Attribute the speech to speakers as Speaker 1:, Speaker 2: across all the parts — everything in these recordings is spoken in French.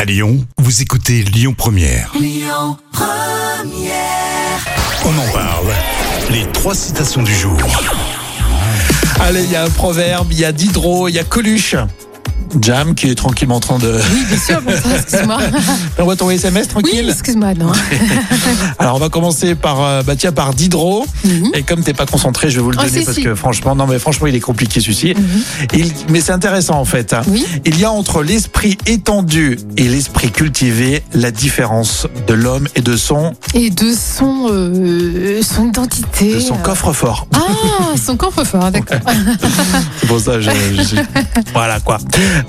Speaker 1: À Lyon, vous écoutez Lyon Première. On en parle. Les trois citations du jour.
Speaker 2: Allez, il y a un proverbe, il y a Diderot, il y a Coluche. Jam qui est tranquillement en train de.
Speaker 3: Oui, bien sûr, bonsoir, excuse-moi.
Speaker 2: On va tomber SMS
Speaker 3: Oui,
Speaker 2: tranquille.
Speaker 3: excuse-moi, non.
Speaker 2: Alors on va commencer par euh, bah, tiens, par Diderot.
Speaker 3: Mhm.
Speaker 2: Et comme t'es pas concentré, je vais vous le
Speaker 3: Oh,
Speaker 2: donner
Speaker 3: si,
Speaker 2: parce
Speaker 3: si.
Speaker 2: que franchement, non mais franchement, il est compliqué celui-ci. Il- Mais c'est intéressant en fait.
Speaker 3: Oui.
Speaker 2: Il y a entre l'esprit étendu et l'esprit cultivé la différence de l'homme et de son
Speaker 3: Et de son, euh, son identité.
Speaker 2: de son
Speaker 3: euh,
Speaker 2: coffre-fort.
Speaker 3: Ah, son coffre fort, d'accord.
Speaker 2: C'est pour ça. Je, je- voilà quoi.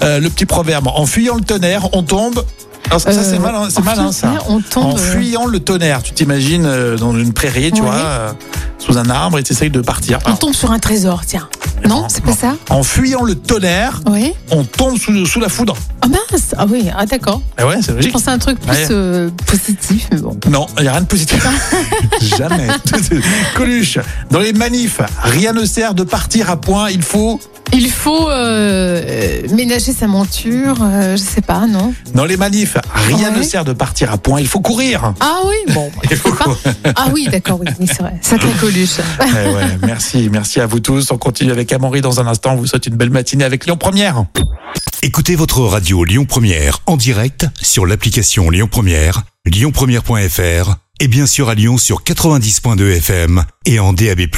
Speaker 2: Euh, le petit proverbe. En fuyant le tonnerre, on tombe. Alors, ça,
Speaker 3: Euh,
Speaker 2: c'est malin, c'est
Speaker 3: en
Speaker 2: malin ça.
Speaker 3: fuyant, On
Speaker 2: En
Speaker 3: tombe. euh,
Speaker 2: fuyant le tonnerre, tu t'imagines euh, dans une prairie, tu
Speaker 3: Ouais.
Speaker 2: vois, euh, sous un arbre et tu essayes de partir.
Speaker 3: euh,
Speaker 2: Ah,
Speaker 3: on tombe sur un trésor, tiens. Non, c'est pas ça
Speaker 2: En fuyant le tonnerre,
Speaker 3: Oui.
Speaker 2: on tombe sous, sous la foudre.
Speaker 3: Ah mince Ah oui, ah d'accord.
Speaker 2: Ah ouais, c'est
Speaker 3: Je
Speaker 2: logique.
Speaker 3: pensais à un truc plus
Speaker 2: Ouais.
Speaker 3: euh, positif, mais bon.
Speaker 2: Non, il n'y a rien de positif. Jamais. Coluche, dans les manifs, rien ne sert de partir à point, il faut...
Speaker 3: Il faut euh, euh, ménager sa monture, euh, je sais pas, non
Speaker 2: Dans les manifs, rien
Speaker 3: Ouais.
Speaker 2: ne sert de partir à point, il faut courir.
Speaker 3: Ah oui, bon.
Speaker 2: Il faut courir.
Speaker 3: Ah oui, d'accord, oui, oui, c'est vrai. Sacré Coluche.
Speaker 2: Eh ouais, merci, merci à vous tous. On continue avec Amaury dans un instant. On vous souhaite une belle matinée avec Lyon Première.
Speaker 1: Écoutez votre radio Lyon Première en direct sur l'application Lyon Première, lyonpremière.fr et bien sûr à Lyon sur 90.2 FM et en DAB+.